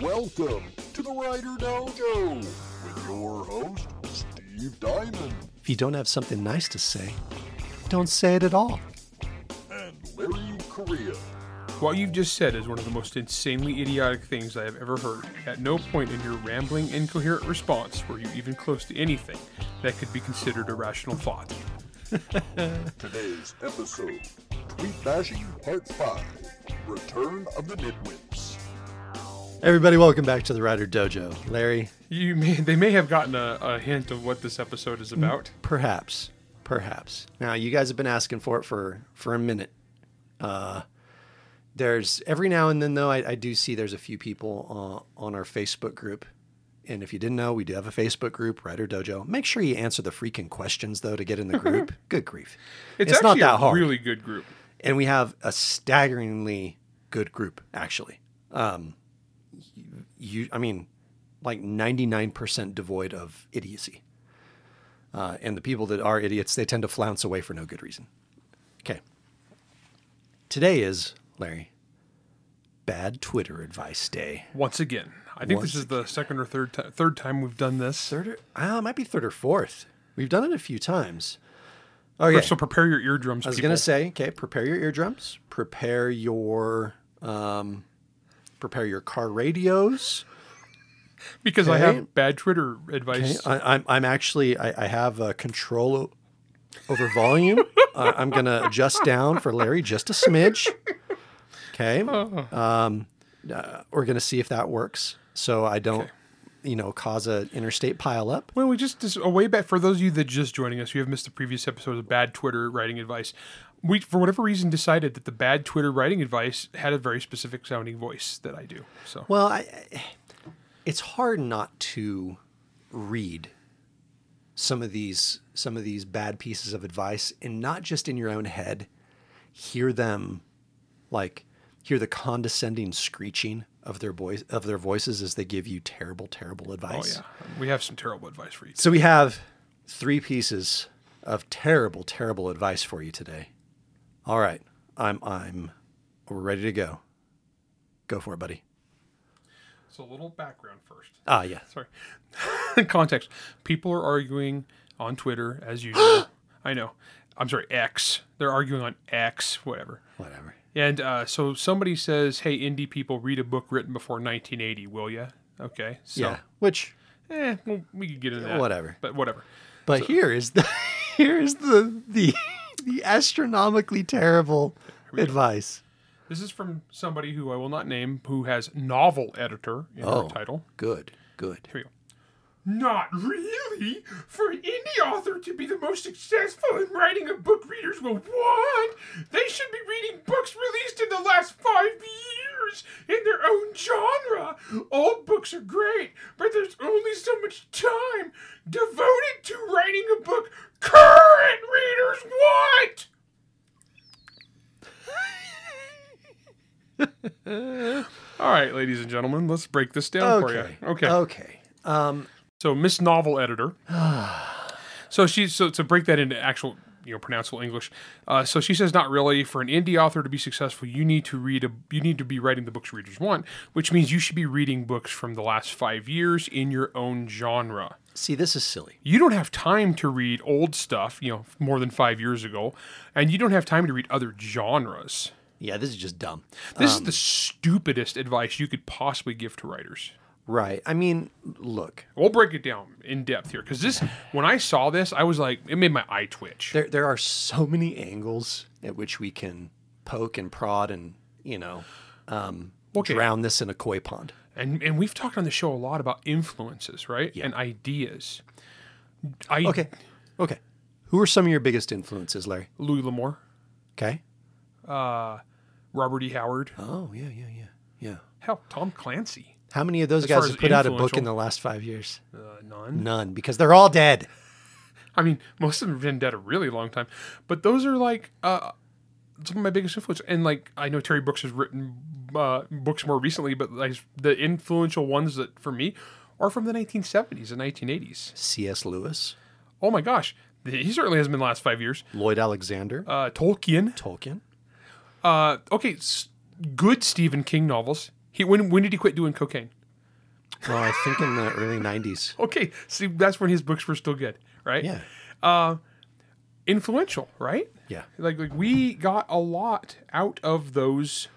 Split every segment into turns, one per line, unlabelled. Welcome to the Rider Dojo with your host, Steve Diamond
If you don't have something nice to say, don't say it at all.
and Larry Korea.
What you've just said is one of the most insanely idiotic things I have ever heard. At no point in your rambling, incoherent response were you even close to anything that could be considered a rational thought.
Today's episode Tweet Bashing Part 5 Return of the Nitwits.
Everybody, welcome back to the Rider Dojo. Larry,
You may, they may have gotten a, a hint of what this episode
Mm.
is about.
perhaps, perhaps. Now, you guys have been asking for it for for a minute. Uh, there's every now and then though, I, I do see there's a few people uh, on our Facebook group. And if you didn't know, we do have a Facebook group, Rider Dojo. Make sure you answer the freaking questions though to get in the group. Good grief,
It's,
not
actually
that
a
hard.
really good group.
and we have a staggeringly good group actually um you i mean like 99% devoid of idiocy uh, and the people that are idiots they tend to flounce away for no good reason okay today is larry bad twitter advice day
Once again, I think
Once
this is the second or third ti- third time we've done this.
third or, ah, it might be third or fourth we've done it a few times okay
So prepare your eardrums.
I was
people.
gonna say, okay, prepare your eardrums, prepare your, um, prepare your car radios.
because I
okay.
have bad Twitter
Okay,
advice.
I, I'm, I'm actually, I, I have uh, control o- over volume. uh, I'm gonna adjust down for Larry just a smidge. Okay, um, uh, we're gonna see if that works, so I don't, you know, cause a interstate pileup.
Well, we just, just a way back for those of you that just joining us, you have missed the previous episode of Bad Twitter Writing Advice. We, for whatever reason, decided that the Bad Twitter Writing Advice had a very specific sounding voice that I do. So
Well, I, I- it's hard not to read some of these some of these bad pieces of advice, and not just in your own head, hear them, like hear the condescending screeching of their voice of their voices as they give you terrible, terrible
oh
advice.
yeah, we have some terrible advice for you.
So we have three pieces of terrible, terrible advice for you today. All right, I'm I'm we're ready to go. Go for it, buddy.
So a little background first.
Ah, yeah.
Sorry, context. People are arguing on Twitter as usual. I know. I'm sorry, X. They're arguing on X, whatever.
Whatever.
And uh, so somebody says, "Hey, indie people, read a book written before 1980, will ya?" Okay. So
Yeah. Which
Eh, well, we could get into that.
whatever.
But whatever.
But here is the here is the the the astronomically terrible advice.
This is from somebody who I will not name, who has novel editor in her title.
good, good.
Here we go. Not really. For an indie author to be the most successful in writing a book readers will want, they should be reading books released in the last five years in their own genre. All books are great, but there's only so much time devoted to writing a book current readers want. All right, ladies and gentlemen, let's break this down
Okay.
for you. Okay.
Okay. Um,
So Miss Novel Editor. so she so to break that into actual you know pronounceable English. Uh, so she says not really for an indie author to be successful you need to read a you need to be writing the books readers want, which means you should be reading books from the last 5 years in your own genre.
see, this is silly.
You don't have time to read old stuff, you know, more than 5 years ago, and you don't have time to read other genres.
Yeah, this is just dumb.
This is the stupidest advice you could possibly give to writers.
Right. I mean, look,
We'll break it down in depth here because this, when I saw this, I was like, it made my eye twitch.
there there are so many angles at which we can poke and prod and you know um,
Okay.
drown this in a koi pond.
And and we've talked on the show a lot about influences, right? And ideas. I
Okay. Okay. Who are some of your biggest influences, Larry?
Louis L'Amour,
Okay.
Robert E. Howard,
Oh yeah, yeah, yeah, yeah.
hell, Tom Clancy,
How many of those
far
guys
as
have put out a book in
influential-
the last five years?
uh, none.
None, because they're all dead.
I mean, most of them have been dead a really long time, but those are like uh, some of my biggest influences. And like I know Terry Brooks has written uh, books more recently, but like the influential ones that for me are from the 1970s and 1980s.
C.S. Lewis,
Oh my gosh, he certainly hasn't been the last five years.
Lloyd Alexander,
Uh, Tolkien.
Tolkien.
Uh, okay, s- good Stephen King novels. He when when did he quit doing cocaine?
Well, I think in the early 90s.
Okay, see, that's when his books were still good, right?
Yeah.
Influential, right?
Yeah.
Like, like we got a lot out of those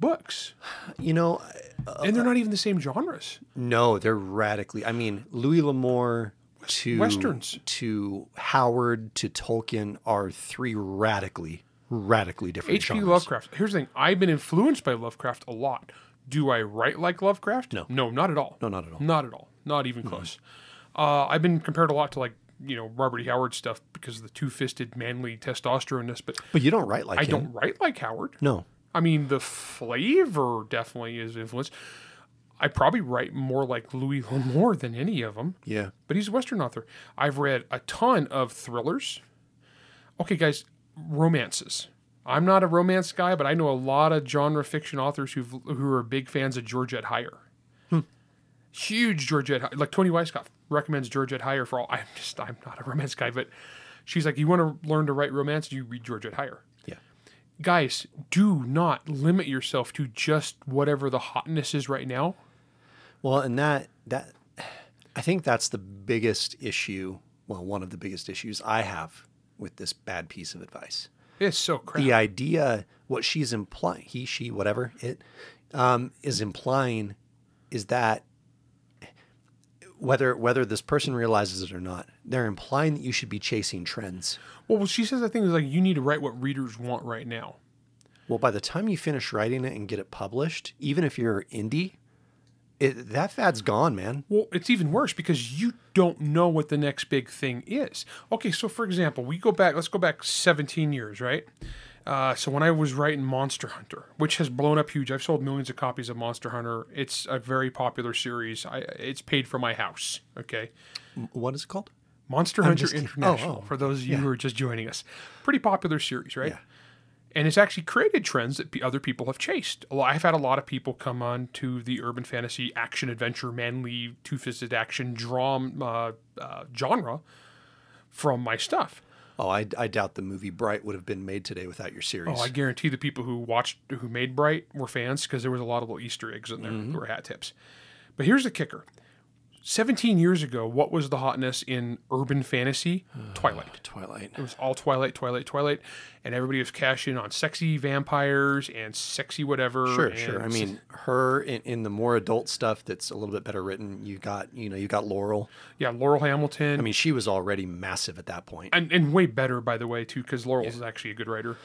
books,
You know, I-
and they're not even the same genres.
no, they're radically. I mean, Louis L'Amour to
Westerns.
to Howard to Tolkien are three radically, radically different
H.P.
genres.
Lovecraft. Here's the thing: I've been influenced by Lovecraft a lot. Do I write like Lovecraft?
No.
no, not at all.
No, not at all.
Not at all. Not even close. Uh, I've been compared a lot to like you know Robert E. Howard stuff because of the two-fisted manly testosteroneness, but
But you don't write like
I
him.
don't write like Howard.
No.
I mean, the flavor definitely is influenced. I probably write more like Louis L'Amour than any of them,
Yeah.
but he's a Western author. I've read a ton of thrillers. Okay, guys, romances. I'm not a romance guy, but I know a lot of genre fiction authors who who are big fans of Georgette Heyer. Huge Georgette, Heyer- like Tony Weisskopf recommends Georgette Heyer for all. I'm just I'm not a romance guy, but she's like, you want to learn to write romance, you read Georgette Heyer
Yeah.
guys, do not limit yourself to just whatever the hotness is right now.
Well, and that that I think that's the biggest issue. Well, one of the biggest issues I have with this bad piece of advice.
It's so crap.
The idea, what she's implying, he, she, whatever it um, is implying, is that whether whether this person realizes it or not, they're implying that you should be chasing trends.
Well, well, she says that thing is like you need to write what readers want right now.
Well, by the time you finish writing it and get it published, even if you're indie, it, that fad's gone, man.
Well, it's even worse because you don't know what the next big thing is. Okay, so for example, we go back. Let's go back 17 years, right? Uh, so when I was writing Monster Hunter, which has blown up huge, I've sold millions of copies of Monster Hunter. It's a very popular series. I, it's paid for my house. Okay.
What is it called?
Monster Hunter
just kidding.
International,
Oh, oh.
for those of you who are just joining us. Pretty popular series, right? And it's actually created trends that p- other people have chased. A lo- I've had a lot of people come on to the urban fantasy, action adventure, manly, two fisted action drama uh, genre from my stuff.
Oh, I, I doubt the movie Bright would have been made today without your series.
Oh, I guarantee the people who watched, who made Bright, were fans because there was a lot of little Easter eggs in there
Mm-hmm.
that were hat tips. But here's the kicker: 17 years ago, what was the hotness in urban fantasy?
Ah.
Twilight.
Twilight.
It was all Twilight, Twilight, Twilight, and everybody was cashing in on sexy vampires and sexy whatever.
Sure,
and
sure. I mean, her in, in the more adult stuff that's a little bit better written. You got, you know, you got Laurel.
yeah, Laurel Hamilton.
I mean, she was already massive at that point.
and, and way better by the way too, because Laurel's is actually a good writer.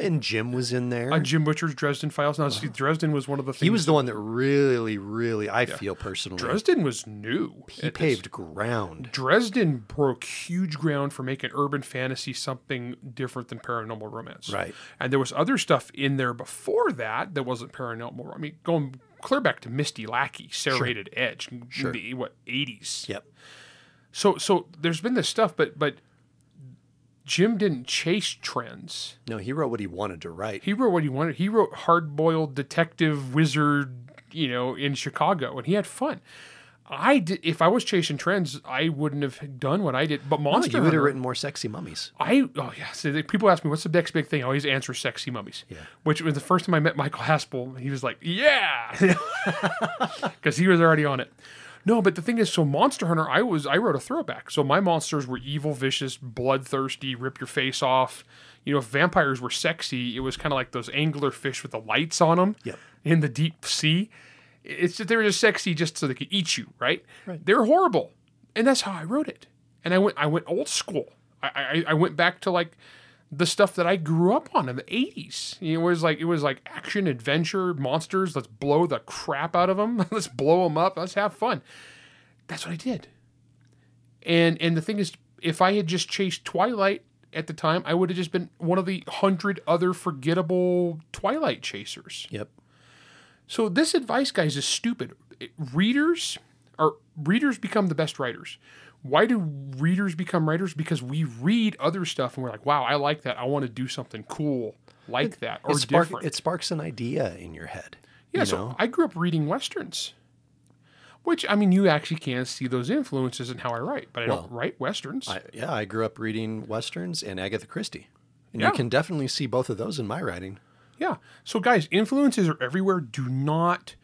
And Jim was in there.
And Jim Butcher's Dresden Files. Now, see, Dresden was one of the things.
he was the one that really, really, I feel personally,
Dresden was new.
he
at this.
paved ground.
Dresden broke huge ground for making urban fantasy something different than paranormal romance.
Right.
And there was other stuff in there before that that wasn't paranormal. I mean, going clear back to Misty Lackey, Serrated Edge, sure. the what eighties.
Yep.
So so there's been this stuff, but but Jim didn't chase trends.
No, he wrote what he wanted to write.
He wrote what he wanted. He wrote hard boiled detective wizard, you know, in Chicago, and he had fun. I did, if I was chasing trends, I wouldn't have done what I did. But
Oh, you
Monster
would
Hunter,
have written more sexy mummies.
I oh yeah. So the, people ask me what's the next big thing. I always answer sexy mummies. Yeah. Which was the first time I met Michael Haspel, he was like, yeah, because he was already on it. No, but the thing is, so Monster Hunter, I was I wrote a throwback. So my monsters were evil, vicious, bloodthirsty, rip your face off. You know, if vampires were sexy, it was kind of like those angler fish with the lights on them
Yep.
in the deep sea. It's that they were just sexy just so they could eat you, right? They're horrible, and that's how I wrote it. And I went, I went old school. I, I, I went back to like the stuff that I grew up on in the '80s. You know, It was like it was like action adventure monsters. Let's blow the crap out of them. Let's blow them up. Let's have fun. That's what I did. And and the thing is, if I had just chased Twilight at the time, I would have just been one of the hundred other forgettable Twilight chasers.
Yep.
So this advice, guys, is stupid. It- Readers are readers become the best writers. Why do readers become writers? Because we read other stuff and we're like, "Wow, I like that. I want to do something cool like that or
It, spark,
different."
it sparks an idea in your head.
yeah.
you
so
know?
I grew up reading westerns, which I mean, you actually can see those influences in how I write, but I don't write westerns.
I, yeah, I grew up reading westerns and Agatha Christie, and
Yeah.
you can definitely see both of those in my writing.
Yeah. So guys, influences are everywhere. Do not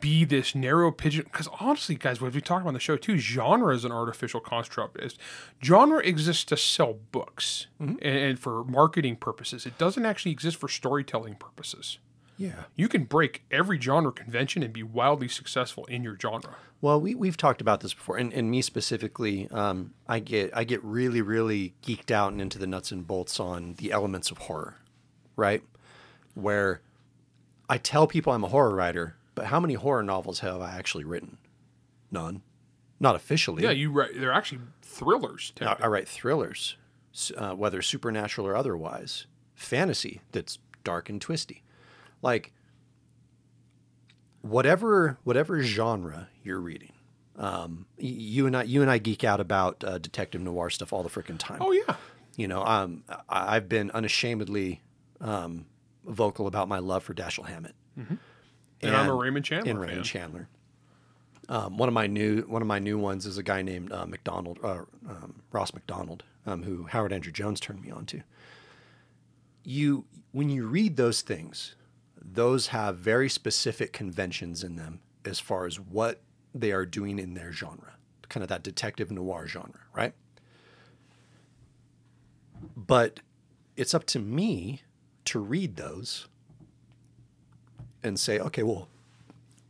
be this narrow pigeon because honestly guys what we talked about on the show too genre is an artificial construct is genre exists to sell books
Mm-hmm.
and, and for marketing purposes it doesn't actually exist for storytelling purposes
Yeah.
you can break every genre convention and be wildly successful in your genre
Well, we we've talked about this before, and, and me specifically, um, I get I get really really geeked out and into the nuts and bolts on the elements of horror, right? Where I tell people I'm a horror writer, but how many horror novels have I actually written? None, not officially.
yeah you write they're actually thrillers
I, I write thrillers, s- uh, whether supernatural or otherwise, fantasy that's dark and twisty, like whatever whatever genre you're reading. Um, y- you and I, you and I geek out about uh, detective noir stuff all the freaking time.
oh yeah
You know, um, I- I've been unashamedly um, vocal about my love for Dashiell Hammett
Mm-hmm. and, i'm a raymond chandler
in
fan.
Raymond Chandler. Um, one of my new one of my new ones is a guy named uh, McDonald uh, um, Ross McDonald, um, who Howard Andrew Jones turned me on to. You when you read those things, those have very specific conventions in them as far as what they are doing in their genre, kind of that detective noir genre, right? But it's up to me to read those and say, okay, well,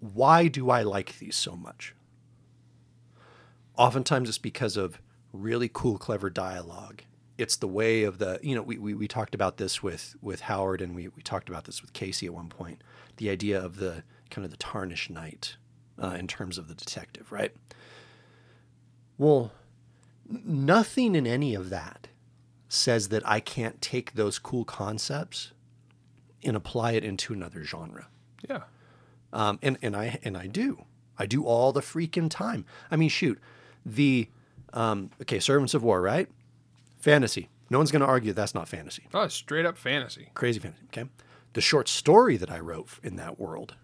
why do I like these so much? Oftentimes it's because of really cool, clever dialogue. It's the way of the, you know, we, we, we talked about this with, with Howard and we, we talked about this with Casey at one point. The idea of the kind of the tarnished knight uh, in terms of the detective, right? Well, n- nothing in any of that says that I can't take those cool concepts and apply it into another genre.
yeah
Um, and and I and I do. I do all the freaking time. I mean, shoot, the um, okay, Servants of War, right? Fantasy. No one's going to argue that's not fantasy.
oh, it's straight up fantasy
Crazy fantasy. Okay, the short story that I wrote in that world,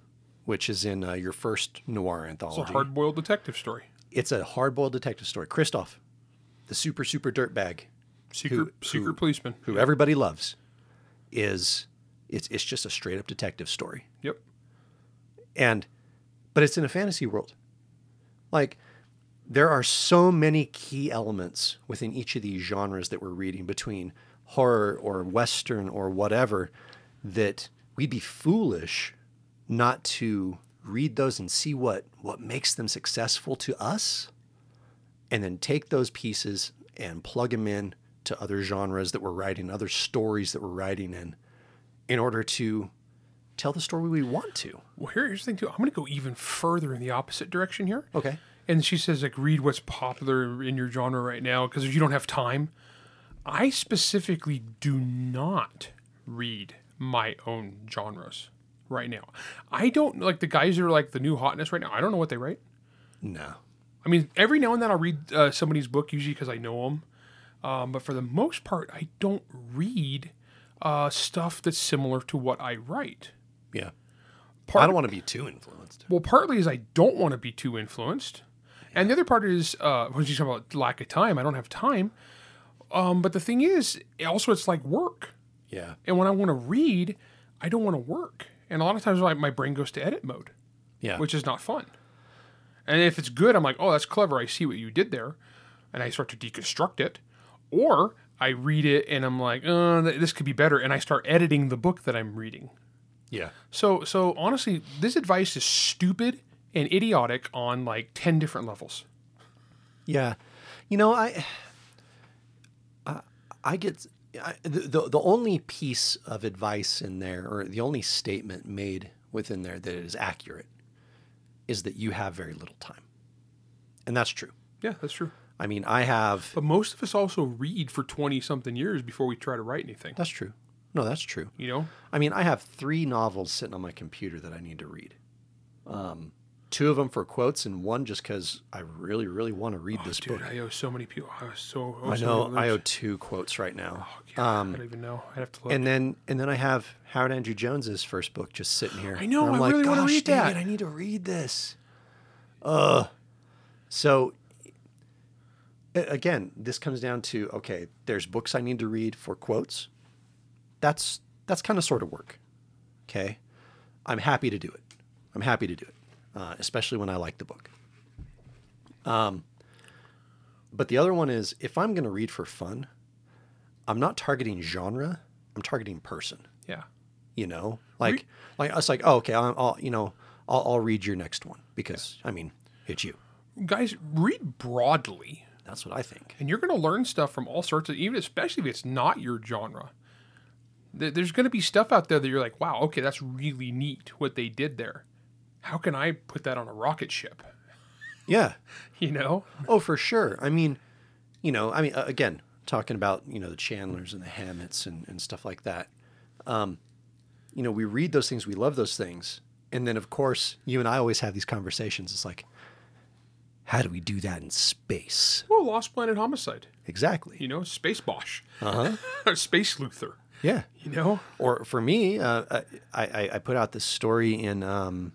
which is in uh, your first noir
it's a
anthology,
hard-boiled detective story
it's a hard-boiled detective story. Christoph, the super super dirtbag
secret
Who-
secret
who-
policeman
who everybody loves, is it's it's just a straight up detective story.
yep
and but it's in a fantasy world like there are so many key elements within each of these genres that we're reading between horror or western or whatever that we'd be foolish not to read those and see what what makes them successful to us and then take those pieces and plug them in to other genres that we're writing other stories that we're writing in in order to tell the story we want to
Well, here, here's the thing too. I'm going to go even further in the opposite direction here.
okay
And she says, like, read what's popular in your genre right now because you don't have time. I specifically do not read my own genres right now. I don't like the guys that are like the new hotness right now. I don't know what they write.
No.
I mean, every now and then I'll read uh, somebody's book, usually because I know them. Um, but for the most part, I don't read uh, stuff that's similar to what I write.
Yeah.
Part-
I don't want to be too influenced.
Well, partly is I don't want to be too influenced, and the other part is uh, when you talk about lack of time, I don't have time. Um, but the thing is, also it's like work,
Yeah.
and when I want to read, I don't want to work, and a lot of times like my brain goes to edit mode,
Yeah.
which is not fun. And if it's good, I'm like, oh, that's clever. I see what you did there, and I start to deconstruct it, or I read it and I'm like, uh, th- this could be better, and I start editing the book that I'm reading.
yeah.
So so honestly, this advice is stupid and idiotic on like ten different levels.
Yeah. You know, I I, I get I, the, the the only piece of advice in there or the only statement made within there that is accurate is that you have very little time. And that's true.
Yeah, that's true.
I mean, I have
But most of us also read for twenty something years before we try to write anything.
That's true. No, that's true.
You know?
I mean, I have three novels sitting on my computer that I need to read. Um, two of them for quotes, and one just because I really, really want to read this
Dude,
book.
I owe so many people. I was so owe
Oh, I
so
know
many
I owe
others.
two quotes right now. Um,
Yeah, I don't even know. I'd have to look.
And then, and then I have Howard Andrew Jones's first book just sitting here.
I know,
And I'm
I
like,
really wanna
"Gosh,
read
dang
that."
It, I need to read this. Uh, so a- again, this comes down to okay. There's books I need to read for quotes. That's that's kind of sort of work. Okay, I'm happy to do it. I'm happy to do it. uh, especially when I like the book. Um, but the other one is if I'm going to read for fun, I'm not targeting genre. I'm targeting person.
Yeah.
You know, like like it's like oh, okay, I'll, I'll you know I'll, I'll read your next one because I mean it's you.
Guys, read broadly.
That's what I think.
and you're going to learn stuff from all sorts of even especially if it's not your genre There- there's going to be stuff out there that you're like wow okay that's really neat what they did there how can i put that on a rocket ship
Yeah.
you know
Oh, for sure. I mean, you know, I mean, uh, again, talking about you know the Chandlers and the Hammetts and, and stuff like that. Um, you know, we read those things, we love those things, and then of course, you and I always have these conversations. It's like, how do we do that in space?
well lost planet homicide
Exactly.
you know space bosch uh-huh. space luther
Yeah.
you know
Or for me, uh, I, I, I put out this story in um,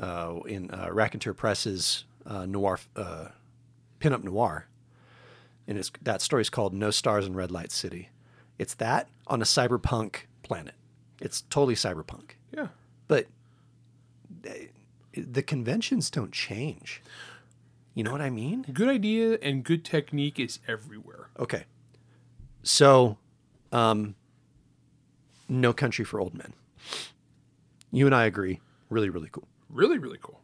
uh, in uh, Raconteur Press's uh, noir uh, pinup noir, and it's that story's called "No Stars in Red Light City." It's that on a cyberpunk planet. It's totally cyberpunk,
yeah
but the, the conventions don't change. You know what I mean?
good idea and good technique is everywhere
Okay. So, um, No Country for Old Men. You and I agree. Really, really cool.
really really cool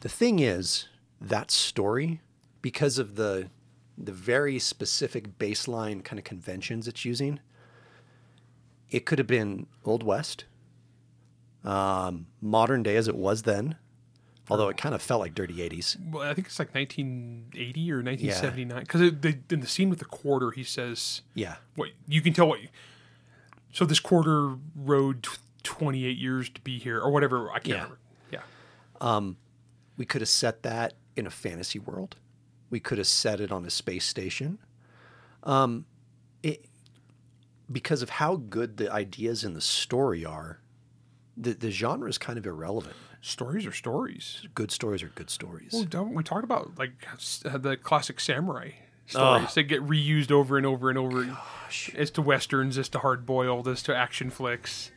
The thing is, that story, because of the the very specific baseline kind of conventions it's using, it could have been Old West, um, modern day as it was then, although it kind of felt like dirty 80s.
well, I think it's like 1980 or 1979 because in the scene with the quarter, he says,
Yeah.
what you can tell what you, so this quarter rode tw 28 years to be here or whatever i can't
Yeah.
remember yeah
We could have set that in a fantasy world. We could have set it on a space station. Um, it, because of how good the ideas in the story are, the, the genre is kind of irrelevant.
stories are stories
Good stories are good stories.
Well, don't we talk about like s- uh, the classic samurai stories that get reused over and over and over as to westerns as to hard boiled as to action flicks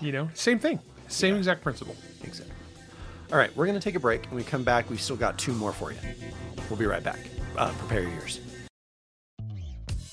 you know same thing same exact principle
Exactly. All right, we're going to take a break. When we come back, we've still got two more for you. We'll be right back. Uh, prepare your ears.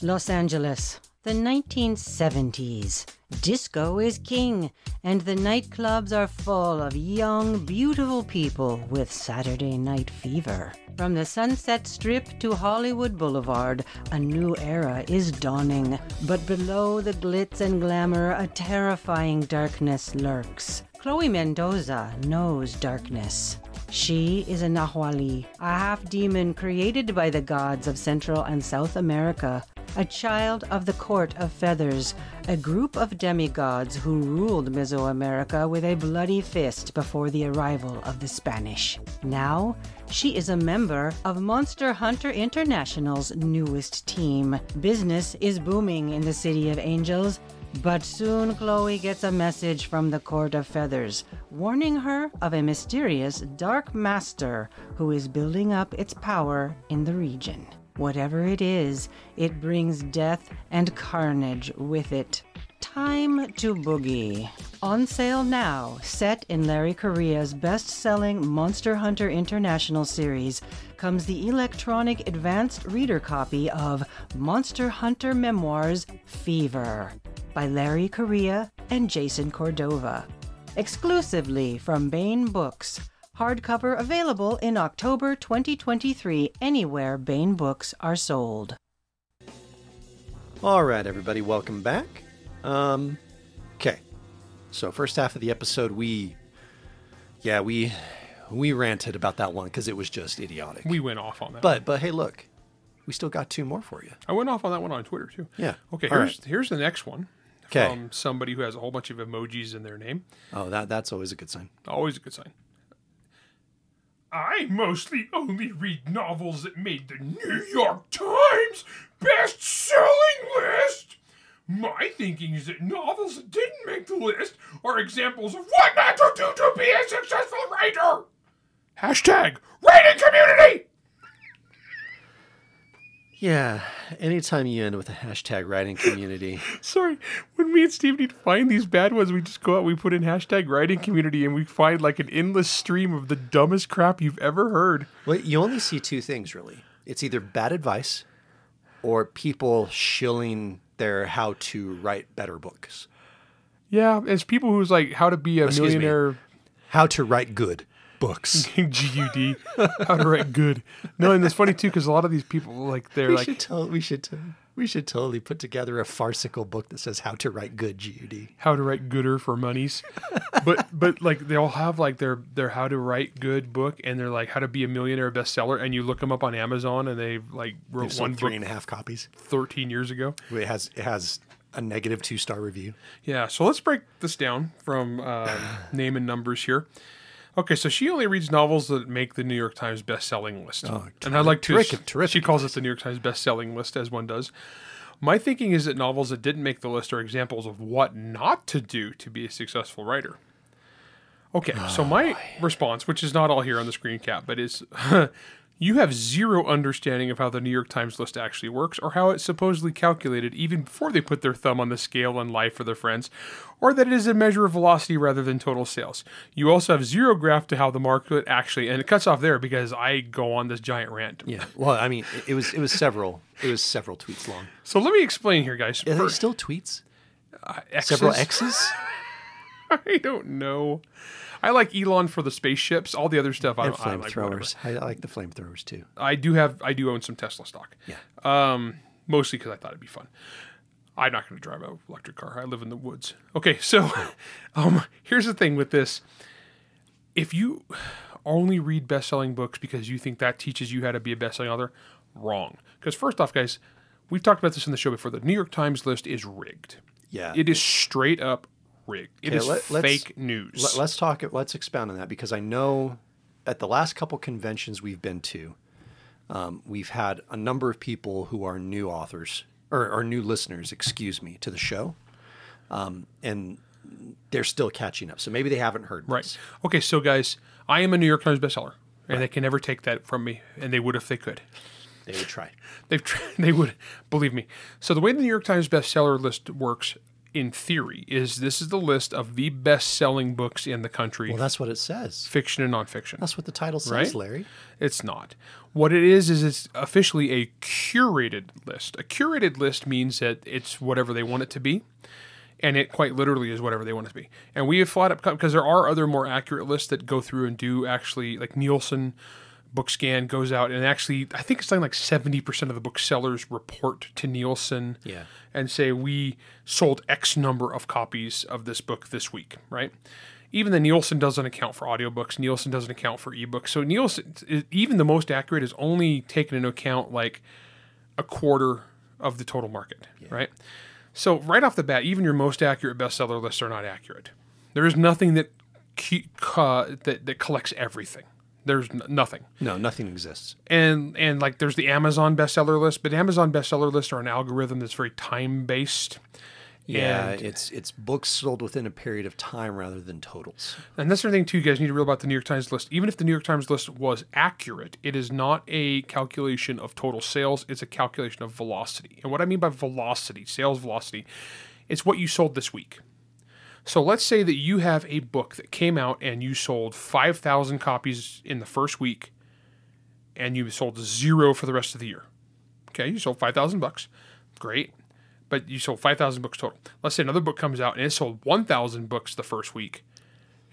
Los Angeles, the 1970s. Disco is king, and the nightclubs are full of young, beautiful people with Saturday night fever. From the Sunset Strip to Hollywood Boulevard, a new era is dawning. But below the glitz and glamour, a terrifying darkness lurks. Chloe Mendoza knows darkness. She is a Nahuali, a half demon created by the gods of Central and South America, a child of the Court of Feathers, a group of demigods who ruled Mesoamerica with a bloody fist before the arrival of the Spanish. Now, she is a member of Monster Hunter International's newest team. Business is booming in the City of Angels. But soon Chloe gets a message from the Court of Feathers warning her of a mysterious dark master who is building up its power in the region. Whatever it is, it brings death and carnage with it. Time to Boogie. On sale now, set in Larry Korea's best selling Monster Hunter International series, comes the electronic advanced reader copy of Monster Hunter Memoirs Fever by Larry Korea and Jason Cordova. Exclusively from Bain Books. Hardcover available in October 2023 anywhere Bain Books are sold.
All right, everybody, welcome back. Um, okay, so first half of the episode, we, yeah, we, we ranted about that one because it was just idiotic.
we went off on that
But but hey, look, we still got two more for you.
i went off on that one on twitter too
Yeah.
okay
All
here's
right.
here's the next one
'Kay.
from somebody who has a whole bunch of emojis in their name
Oh, that that's always a good sign.
Always a good sign. I mostly only read novels that made the New York Times best selling list. My thinking is that novels that didn't make the list are examples of what not to do to be a successful writer. Hashtag writing community.
Yeah. Anytime you end with a hashtag writing community,
Sorry, when me and Steve need to find these bad ones, we just go out, we put in hashtag writing community, and we find like an endless stream of the dumbest crap you've ever heard.
well, you only see two things really. It's either bad advice or people shilling their how to write better books.
Yeah, as people who's like how to be a
Excuse me.
millionaire
How to write good books.
GUD, how to write good. No, and it's funny too because a lot of these people like they're
we
like
should to- we should to- we should totally put together a farcical book that says how to write good GUD.
how to write gooder for monies, but but like they all have like their their how to write good book, and they're like how to be a millionaire bestseller, and you look them up on Amazon, and they like wrote one
Sold three
book
and a half copies.
thirteen years ago.
It has it has a negative two star review.
Yeah, so let's break this down from um, name and numbers here. Okay, so she only reads novels that make the New York Times best-selling list, and I like to.
Oh, terrific, terrific
She calls it the New York Times best-selling list, as one does. My thinking is that novels that didn't make the list are examples of what not to do to be a successful writer. Okay,
Oh,
so my response, which is not all here on the screen cap, but is you have zero understanding of how the New York Times list actually works or how it's supposedly calculated even before they put their thumb on the scale on life for their friends, or that it is a measure of velocity rather than total sales. You also have zero graph to how the market actually, and it cuts off there because I go on this giant rant.
Yeah. Well, I mean, it, it was it was several it was several tweets long.
So let me explain here, guys.
Are they
First,
still tweets?
X's-
Several X's
I don't know. I like Elon for the spaceships. All the other stuff I,
and
I like. whatever.
flamethrowers. Oh, I, I like the flamethrowers too.
I do have I do own some Tesla stock. Yeah. Um, mostly because I thought it'd be fun. I'm not going to drive an electric car. I live in the woods. Okay, so um, here's the thing with this: if you only read best-selling books because you think that teaches you how to be a best-selling author, wrong. Because first off, guys, we've talked about this in the show before. The New York Times list is rigged.
Yeah.
It is straight up rigged. It
Okay,
is
let- let's-
fake news.
Let, us talk. Let's expound on that because I know at the last couple conventions we've been to, um, we've had a number of people who are new authors or, or new listeners, excuse me, to the show, um, and they're still catching up. So maybe they haven't heard.
Right.
this.
Okay, so guys, I am a New York Times bestseller, and they can never take that from me, and they would if they could.
They would try.
They've tr they would believe me. So the way the New York Times bestseller list works in theory is this is the list of the best-selling books in the country,
Well, that's what it says.
fiction and nonfiction.
That's what the title says,
Right?
Larry.
It's not. What it is is it's officially a curated list. A curated list means that it's whatever they want it to be, and it quite literally is whatever they want it to be. And we have flat up because there are other more accurate lists that go through and do actually like Nielsen Bookscan goes out and actually I think it's something like seventy percent of the booksellers report to Nielsen
Yeah.
and say we sold X number of copies of this book this week, right? Even the Nielsen doesn't account for audiobooks. Nielsen doesn't account for ebooks. So Nielsen, is- even the most accurate, is only taking into account like a quarter of the total market, right? So right off the bat, even your most accurate bestseller lists are not accurate. There is nothing that ke- co- that, that collects everything. There's n- nothing
No, nothing exists.
and and like there's the Amazon bestseller list, but Amazon bestseller lists are an algorithm that's very time based.
Yeah,
And-
it's it's books sold within a period of time rather than totals.
And that's another thing too, you guys need to realize about the New York Times list. Even if the New York Times list was accurate, it is not a calculation of total sales. It's a calculation of velocity. And what I mean by velocity, sales velocity, it's what you sold this week. So let's say that you have a book that came out and you sold five thousand copies in the first week, and you sold zero for the rest of the year. Okay, you sold five thousand bucks. Great. But you sold 5,000 books total. Let's say another book comes out and it sold 1,000 books the first week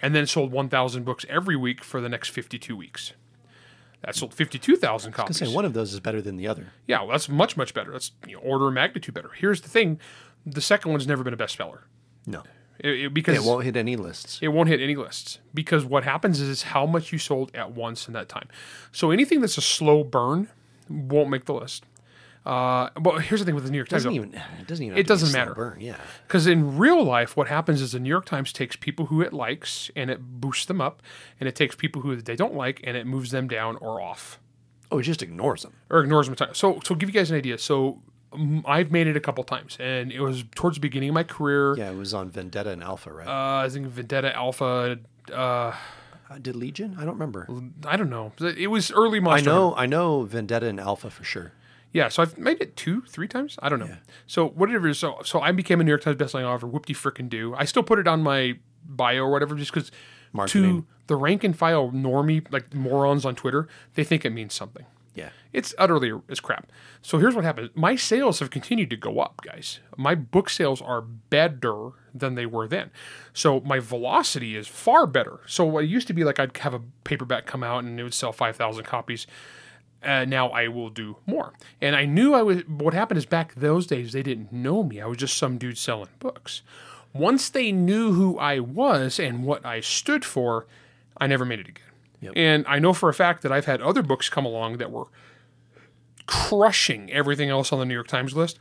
and then sold 1,000 books every week for the next 52 weeks. That sold 52,000
I
copies.
say one of those is better than the other.
Yeah, well, that's much, much better. That's you know, order of magnitude better. Here's the thing the second one's never been a bestseller
No,
It- it- because
it won't hit any lists.
it won't hit any lists because what happens is how much you sold at once in that time. So anything that's a slow burn won't make the list. Uh, well, here's the thing with the New York Times.
doesn't
though.
even it doesn't even have
It
to be a
doesn't
slow
matter.
burn, yeah
Because in real life, what happens is the New York Times takes people who it likes and it boosts them up, and it takes people who they don't like and it moves them down or off
oh it just ignores them
or ignores them. entirely. So, so give you guys an idea. So, mm, I've made it a couple times, and it was towards the beginning of my career.
yeah it was on vendetta and alpha right
Uh, I think Vendetta Alpha. Uh,
Uh, did legion i don't remember
I don't know. It was early
i
Monster. Hunter.
know i know vendetta and alpha for sure
Yeah, so I've made it two, three times. I don't know. So whatever. So so I became a New York Times bestselling author. Whoop de frickin' do. I still put it on my bio or whatever, just because to
Marketing.
the rank and file normie like morons on Twitter, they think it means something.
Yeah.
It's utterly as crap. So here's what happened. My sales have continued to go up, guys. My book sales are better than they were then. So my velocity is far better. So what it used to be like I'd have a paperback come out and it would sell 5,000 copies. Uh, now I will do more. And I knew I was what happened is back those days they didn't know me. I was just some dude selling books. Once they knew who I was and what I stood for, I never made it again. And I know for a fact that I've had other books come along that were crushing everything else on the New York Times list.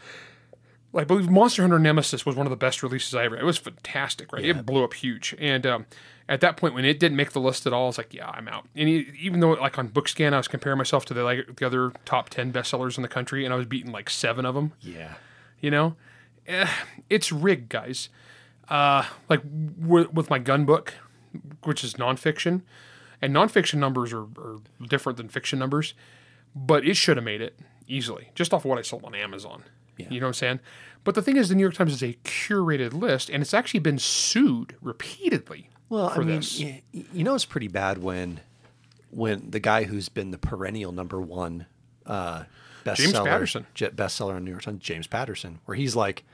I believe Monster Hunter Nemesis was one of the best releases I ever. It was fantastic, right? It blew up huge. And um, at that point, when it didn't make the list at all, I was like, "Yeah, I'm out." And e- even though, like on BookScan, I was comparing myself to the like the other top ten bestsellers in the country, and I was beating like seven of them.
Yeah.
You know, Eh, it's rigged, guys. Uh, like w- with my gun book, which is nonfiction, and nonfiction numbers are, are different than fiction numbers, but it should have made it easily just off of what I sold on Amazon. You know what I'm saying? But the thing is, the New York Times is a curated list, and it's actually been sued repeatedly.
Well,
for
I mean,
this.
y- y- you know, it's pretty bad when when the guy who's been the perennial number one uh, bestseller,
Patterson.
j- bestseller on New York Times, James Patterson, where he's like,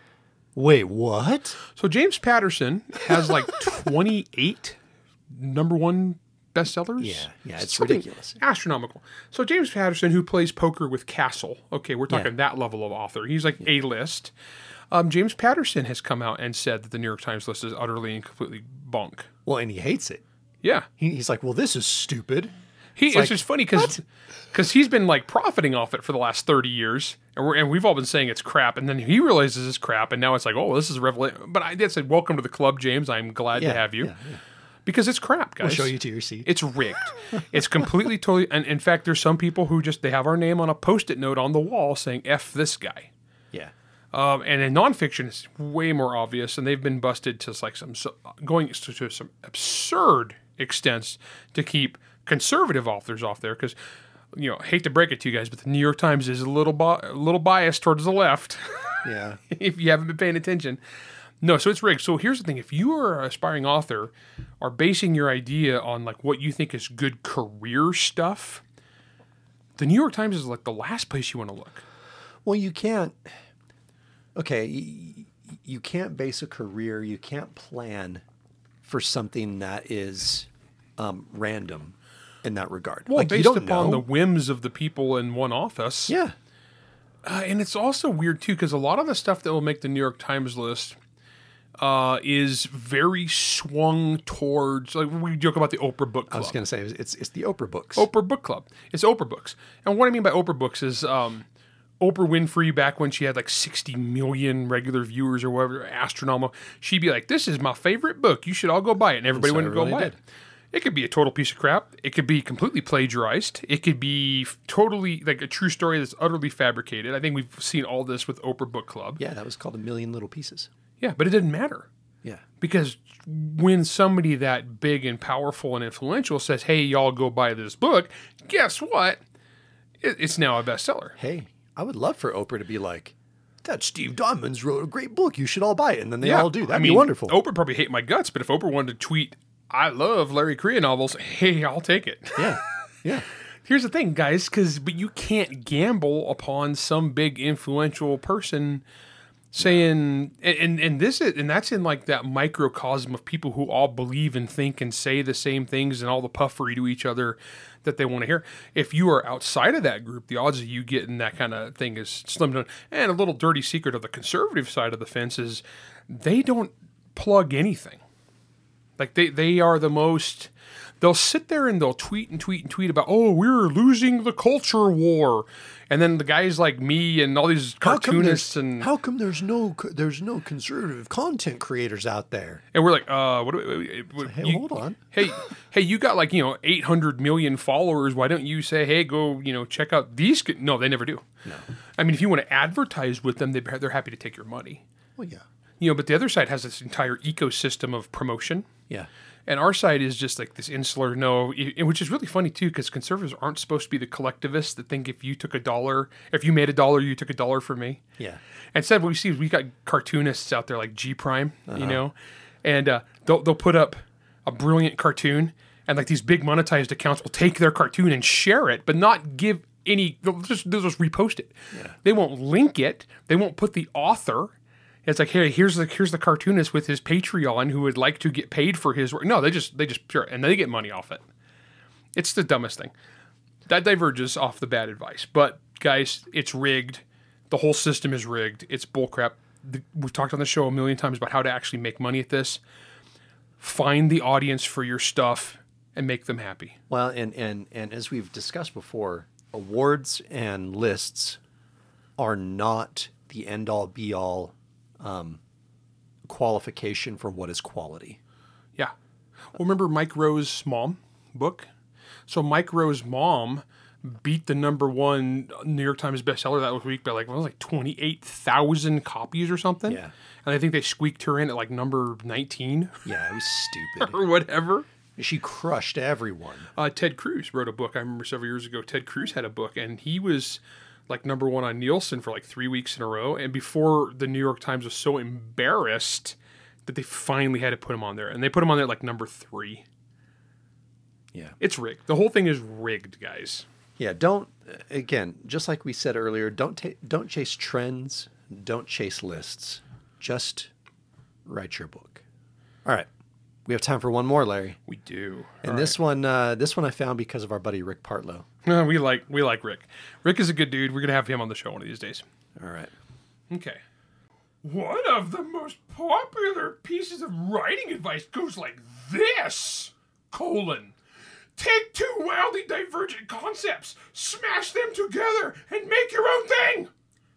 "Wait, what?
So James Patterson has like 28 number one bestsellers.
Yeah, yeah, it's
Something
ridiculous.
Astronomical. So James Patterson, who plays poker with Castle, okay, we're talking that level of author. He's like A list. Um, James Patterson has come out and said that the New York Times list is utterly and completely bunk.
Well, and he hates it.
Yeah.
He, he's like, "Well, this is stupid."
He, it's,
like,
just funny because he's been like profiting off it for the last thirty years, and we're and we've all been saying it's crap, and then he realizes it's crap, and now it's like, oh, this is a revelation. But I did say, welcome to the club, James. I'm glad
Yeah,
to have you
yeah,
because it's crap, guys.
I'll show you to your seat.
It's rigged. it's completely totally. And in fact, there's some people who just they have our name on a post-it note on the wall saying "f this guy."
yeah,
Um, and in nonfiction, it's way more obvious, and they've been busted to like some so, going to, to some absurd extents to keep conservative authors off there because. You know, hate to break it to you guys, but the New York Times is a little bi- a little biased towards the left.
yeah.
if you haven't been paying attention, no. So it's rigged. So here's the thing: if you are an aspiring author, are basing your idea on like what you think is good career stuff, the New York Times is like the last place you want to look.
Well, you can't. Okay, y- y- you can't base a career. You can't plan for something that is um, random in that regard.
Well,
like,
based
you don't
upon the
know.
whims of the people in one office.
yeah.
Uh, and it's also weird, too, because a lot of the stuff that will make the New York Times list uh, is very swung towards, like, we joke about the Oprah Book
I
Club.
was going to say it's it's the Oprah books.
Oprah Book Club. It's Oprah Books. And what I mean by Oprah Books is um, Oprah Winfrey, back when she had like 60 million regular viewers or whatever, astronomical, she'd be like, This is my favorite book. You should all go buy it. And everybody
so
went to go
everybody
buy
did.
it. It could be a total piece of crap. It could be completely plagiarized. It could be f- totally like a true story that's utterly fabricated. I think we've seen all this with Oprah Book Club.
Yeah, that was called a million little pieces.
yeah but it didn't matter.
Yeah.
Because when somebody that big and powerful and influential says, "Hey, y'all go buy this book," guess what? It, it's now a bestseller.
Hey, I would love for Oprah to be like, that Steve Diamonds wrote a great book. You should all buy it, and then they all do. That'd
I
be
mean, oh,
wonderful.
Oprah probably hate my guts, but if Oprah wanted to tweet, "I love Larry Korea novels," hey, I'll take it.
Yeah, yeah.
Here's the thing, guys, because but you can't gamble upon some big influential person saying and, and and this is and that's in like that microcosm of people who all believe and think and say the same things and all the puffery to each other that they want to hear. If you are outside of that group, the odds of you getting that kind of thing is slim down. And a little dirty secret of the conservative side of the fence is they don't plug anything. Like they they are the most. They'll sit there and they'll tweet and tweet and tweet about, oh, we're losing the culture war, and then the guys like me and all these cartoonists and
how come there's no co- there's no conservative content creators out there?
and we're like, uh, what? Do we, we- we-
Hey,
you-
hold on.
hey, hey, you got like you know eight hundred million followers. Why don't you say, hey, go you know check out these? g-" No, they never do. No, I mean if you want to advertise with them, they they're happy to take your money.
Well, yeah,
You know, but the other side has this entire ecosystem of promotion.
yeah.
And our side is just like this insular no, i- i- which is really funny too, because conservatives aren't supposed to be the collectivists that think if you took a dollar, if you made a dollar, you took a dollar from me.
Yeah.
Instead, what we see is we got cartoonists out there like G Prime, you know, and uh, they'll they'll put up a brilliant cartoon, and like these big monetized accounts will take their cartoon and share it, but not give any. They'll just they'll just repost it. They won't link it. They won't put the author. It's like hey, here's the here's the cartoonist with his Patreon who would like to get paid for his work. No, they just they just pure and they get money off it. It's the dumbest thing that diverges off the bad advice. But guys, it's rigged. The whole system is rigged. It's bullcrap. The- We've talked on the show a million times about how to actually make money at this. Find the audience for your stuff and make them happy.
Well, and and and as we've discussed before, awards and lists are not the end all be all um, qualification for what is quality.
Yeah. Well, remember Mike Rowe's mom book? So Mike Rowe's mom beat the number one New York Times bestseller that week by like what was it, like twenty eight thousand copies or something.
Yeah.
And I think they squeaked her in at like number nineteen
Yeah, it was stupid.
or whatever.
she crushed everyone.
Uh, Ted Cruz wrote a book. I remember several years ago. Ted Cruz had a book, and he was like number one on Nielsen for like three weeks in a row. And before the New York Times was so embarrassed that they finally had to put him on there, and they put him on there like number three.
Yeah.
It's rigged. The whole thing is rigged, guys.
Yeah, don't again, just like we said earlier, don't ta- don't chase trends, don't chase lists. Just write your book. All right. We have time for one more, Larry.
We do.
And this one uh, this one I found because of our buddy Rick Partlow.
No, we like we like Rick. Rick is a good dude. We're gonna have him on the show one of these days.
All right.
Okay.
One of the most popular pieces of writing advice goes like this colon. Take two wildly divergent concepts, smash them together, and make your own thing.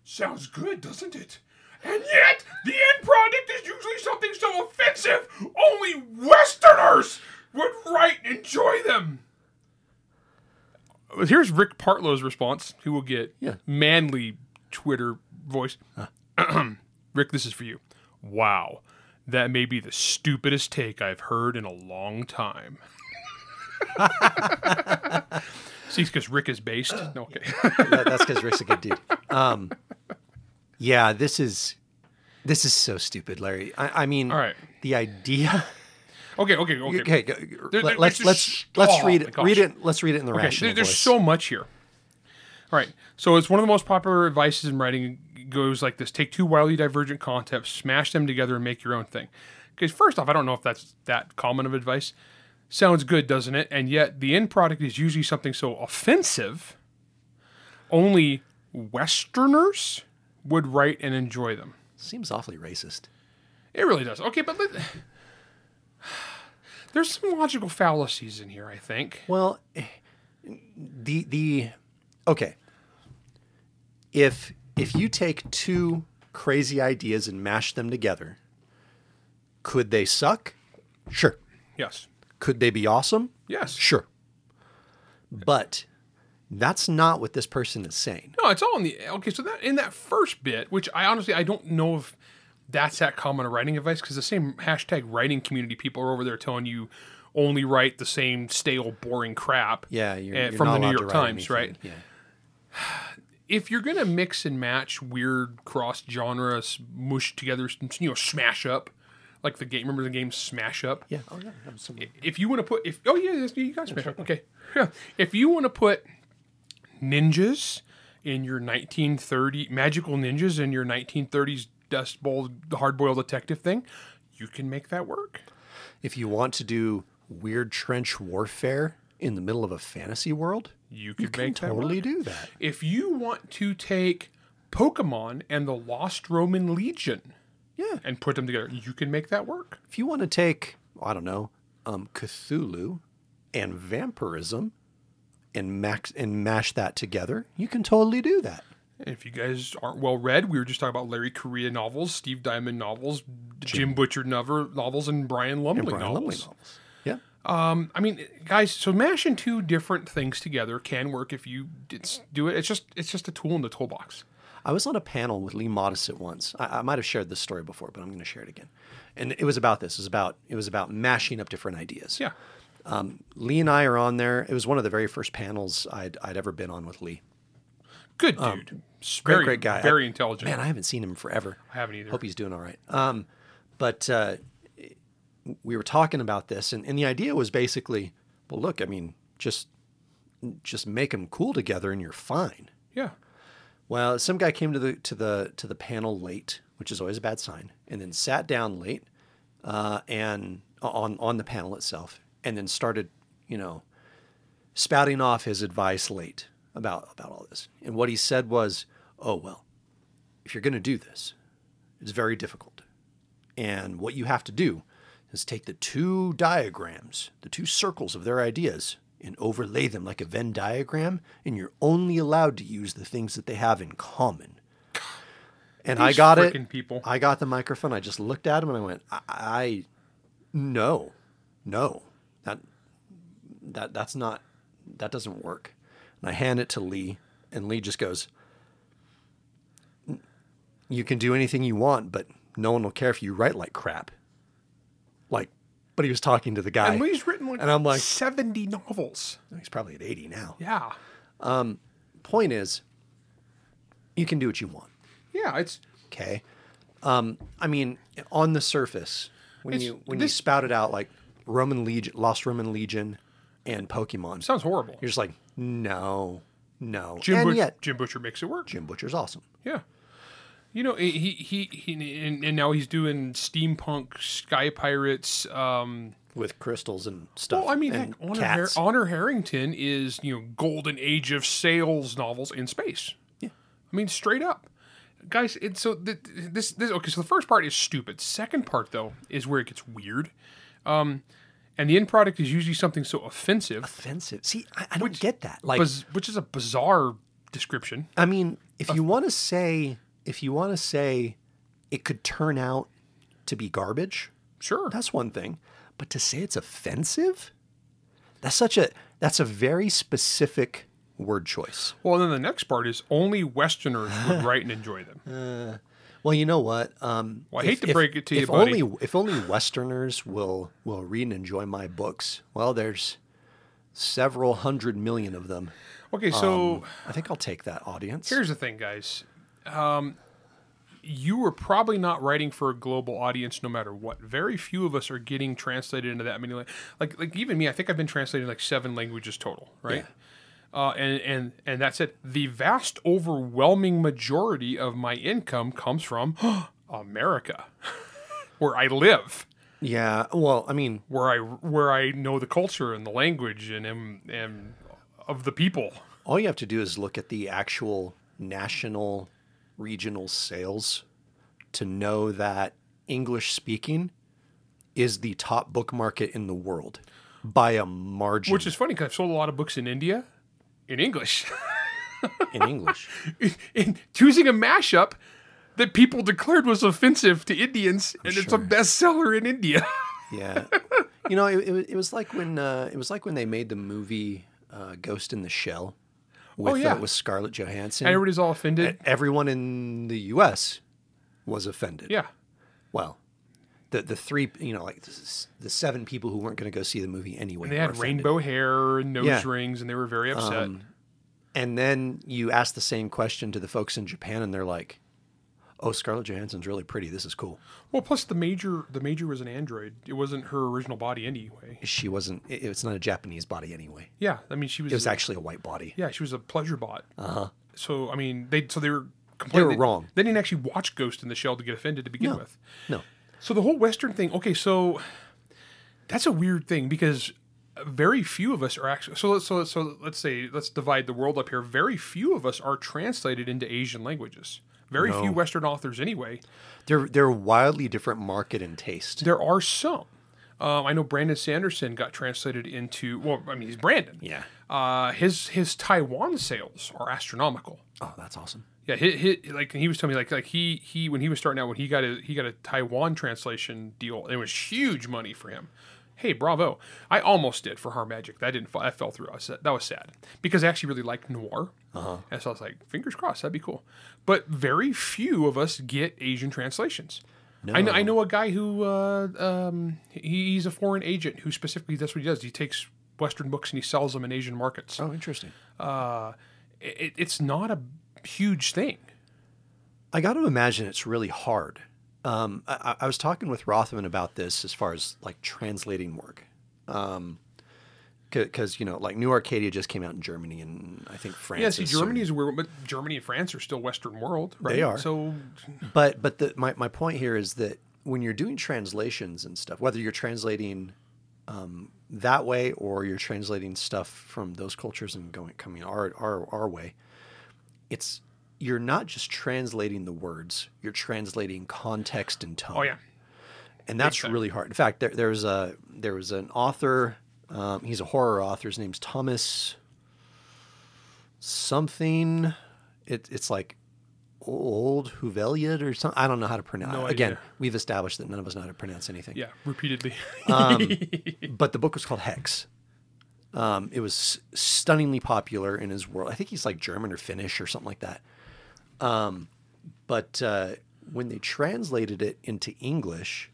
Sounds good, doesn't it? And yet, the end product is usually something so offensive, only Westerners would write and enjoy them.
Here's Rick Partlow's response. He will get
Yeah.
manly Twitter voice. Rick, this is for you. Wow. That may be the stupidest take I've heard in a long time. See, because Rick is based. No, Okay.
That- that's because Rick's a good dude. Um, yeah, this is this is so stupid, Larry. I, I mean,
All right.
the idea.
Okay, okay, okay.
Okay, go,
There- there-
let, us
there's
let's
just-
let's
oh
read
my
it.
gosh.
Read it. Let's read it in the
Okay,
rational
there- there's
voice.
so much here. All right, so it's one of the most popular advices in writing. Goes like this: take two wildly divergent concepts, smash them together, and make your own thing. Because first off, I don't know if that's that common of advice. Sounds good, doesn't it? And yet, the end product is usually something so offensive, only Westerners would write and enjoy them.
Seems awfully racist.
It really does. Okay, but let, there's some logical fallacies in here. I think.
Well, the the okay. If if you take two crazy ideas and mash them together, could they suck? Sure.
Yes.
Could they be awesome?
Yes.
Sure. But that's not what this person is saying.
No, it's all in the okay. So that in that first bit, which I honestly I don't know if that's that common of writing advice because the same hashtag writing community people are over there telling you only write the same stale boring crap.
Yeah, you're,
eh,
you're
from
not
the New
allowed to
York
write
Times,
anything.
right?
Yeah.
If you're gonna mix and match weird cross genres, mush together, you know, smash up, like the game. Remember the game Smash Up?
Yeah. Oh yeah. Absolutely.
if you want to put if oh yeah yes, you guys measure okay yeah. if you want to put ninjas in your 1930 magical ninjas in your 1930s dust bowl hard boiled detective thing you can make that work
If you want to do weird trench warfare in the middle of a fantasy world,
you could
you can
make that
totally
work.
do that.
if you want to take pokemon and the lost roman legion
Yeah.
and put them together you can make that work
if you want to take, I don't know, um, Cthulhu and vampirism and max and mash that together, you can totally do that.
If you guys aren't well read, we were just talking about Larry Correa novels, Steve Diamond novels, Jim Butcher novel, novels, and Brian Lumley
Brian
novels.
Lumley novels. Yeah.
Um, I mean, guys, so mashing two different things together can work if you did s- do it. It's just it's just a tool in the toolbox.
I was on a panel with Lee Modisett once. I, I might have shared this story before, but I'm going to share it again. And it was about this. It was about it was about mashing up different ideas.
Yeah.
Lee and I are on there. It was one of the very first panels I'd, I'd ever been on with Lee.
Good dude.
Um, Great,
very,
great guy.
Very
I-
intelligent.
Man, I haven't seen him in forever.
I haven't either.
Hope he's doing all right. Um, but uh, we were talking about this, and, and the idea was basically, well, look, I mean, just just make them cool together, and you're fine.
yeah.
Well, some guy came to the to the to the panel late, which is always a bad sign, and then sat down late, uh, and on on the panel itself, and then started, you know, spouting off his advice late about about all this. And what he said was, "Oh well, if you're going to do this, it's very difficult, and what you have to do is take the two diagrams, the two circles of their ideas." And overlay them like a Venn diagram, and you're only allowed to use the things that they have in common. And I
These
got it.
frickin' people.
I got the microphone. I just looked at him and I went, I, I no, no, that that that's not that doesn't work. And I hand it to Lee, and Lee just goes, "You can do anything you want, but no one will care if you write like crap." Like, but he was talking to the guy,
And Lee's written like,
and I'm like,
70 novels.
he's probably at eighty now.
Yeah.
Point is, you can do what you want.
Yeah. It's
Okay. Um, I mean, on the surface, when
It's-
you when you
this-
spout it out like Roman Legion, Lost Roman Legion, and Pokemon,
sounds horrible.
you're just like, no, no.
Jim,
and
Butch-
yet,
Jim Butcher makes it work.
Jim Butcher's awesome.
Yeah. You know, he he, he and, and now he's doing steampunk sky pirates. Um,
With crystals and stuff.
well, I mean, heck,
and
Honor, Har-
cats.
Honor Harrington is you know golden age of sales novels in space.
Yeah.
I mean, straight up, guys. And so th- th- this this okay. So the first part is stupid. Second part though is where it gets weird. Um, and the end product is usually something so offensive,
offensive. See, I, I don't get that. Like,
buz- which is a bizarre description.
I mean, if you want to say, if you want to say, it could turn out to be garbage.
Sure.
That's one thing, but to say it's offensive, that's such a that's a very specific word choice.
Well, then the next part is only Westerners would write and enjoy them.
Well, you know what? Um,
Well, I hate to break it to you,
if
buddy.
Only, if only Westerners will will read and enjoy my books. Well, there's several hundred million of them.
Okay, so
I think I'll take that audience.
here's the thing, guys. Um, you were probably not writing for a global audience, no matter what. Very few of us are getting translated into that many. Lang- like, like even me, I think I've been translated in like seven languages total, right? Uh, and and and that's it. The vast, overwhelming majority of my income comes from America, where I live.
yeah. Well, I mean,
where I where I know the culture and the language and am, am of the people.
all you have to do is look at the actual national regional sales to know that English speaking is the top book market in the world by a margin
Which is funny because I've sold a lot of books in India in English,
in English.
in choosing a mashup that people declared was offensive to Indians, and it's a
sure.
bestseller in India.
Yeah, you know, it, it, was- it was like when uh, it was like when they made the movie uh, Ghost in the Shell with
Oh, yeah.
uh, with Scarlett Johansson.
Everybody's all offended.
Everyone in the U.S. was offended.
Yeah,
Well, the the three, you know, like s- the seven people who weren't going to go see the movie anyway.
they
were
had
offended.
rainbow hair and nose
Yeah. Um,
rings, and they were very upset.
And then you ask the same question to the folks in Japan, and they're like, "Oh, Scarlett Johansson's really pretty. This is cool."
well, plus the major the major was an android. It wasn't her original body anyway.
She wasn't. it- It's not a Japanese body anyway.
Yeah, I mean she was.
It was actually a white body.
Yeah, she was a pleasure bot. Uh huh. So I mean, they so they were
were
completely
wrong.
They didn't actually watch Ghost in the Shell to get offended to begin
No.
with.
No.
So the whole Western thing. Okay, so that's a weird thing because very few of us are actually. So let's so so let's say let's divide the world up here. Very few of us are translated into Asian languages. Very few Western authors, anyway.
They're they're wildly different market and taste.
There are some. Um, I know Brandon Sanderson got translated into. Well, I mean, he's Brandon.
Yeah.
Uh, his his Taiwan sales are astronomical.
Oh, that's awesome.
Yeah, he, he like he was telling me like like he he when he was starting out when he got a he got a Taiwan translation deal and it was huge money for him. Hey, bravo! I almost did for Harm Magic. That didn't. Fall, that fell through. I was, that was sad because I actually really liked noir, and so I was like, fingers crossed, that'd be cool. But very few of us get Asian translations. I know. I know a guy who uh, um, he- he's a foreign agent who specifically that's what he does. He takes Western books and he sells them in Asian markets.
Oh, interesting.
It, it's not a huge thing.
I got to imagine it's really hard. Um, I, I I was talking with Rothman about this as far as like translating work. Because, you know, like New Arcadia just came out in Germany and I think France.
Yeah, see,
is soon.
Germany is where, but Germany and France are still Western world, right?
They are.
So
But but the, my my point here is that when you're doing translations and stuff, whether you're translating um, that way or you're translating stuff from those cultures and going coming our our our way, it's you're not just translating the words; you're translating context and tone.
oh yeah,
and that's really hard. In fact, there there's a there was an author. Um, he's a horror author. His name's Thomas something. It, it's like old Huveliad or something. I don't know how to pronounce.
No
Again,
idea.
we've established that none of us know how to pronounce anything.
yeah, repeatedly.
Um, But the book was called Hex. Um, it was s- stunningly popular in his world. I think he's like German or Finnish or something like that. Um, but uh, when they translated it into English,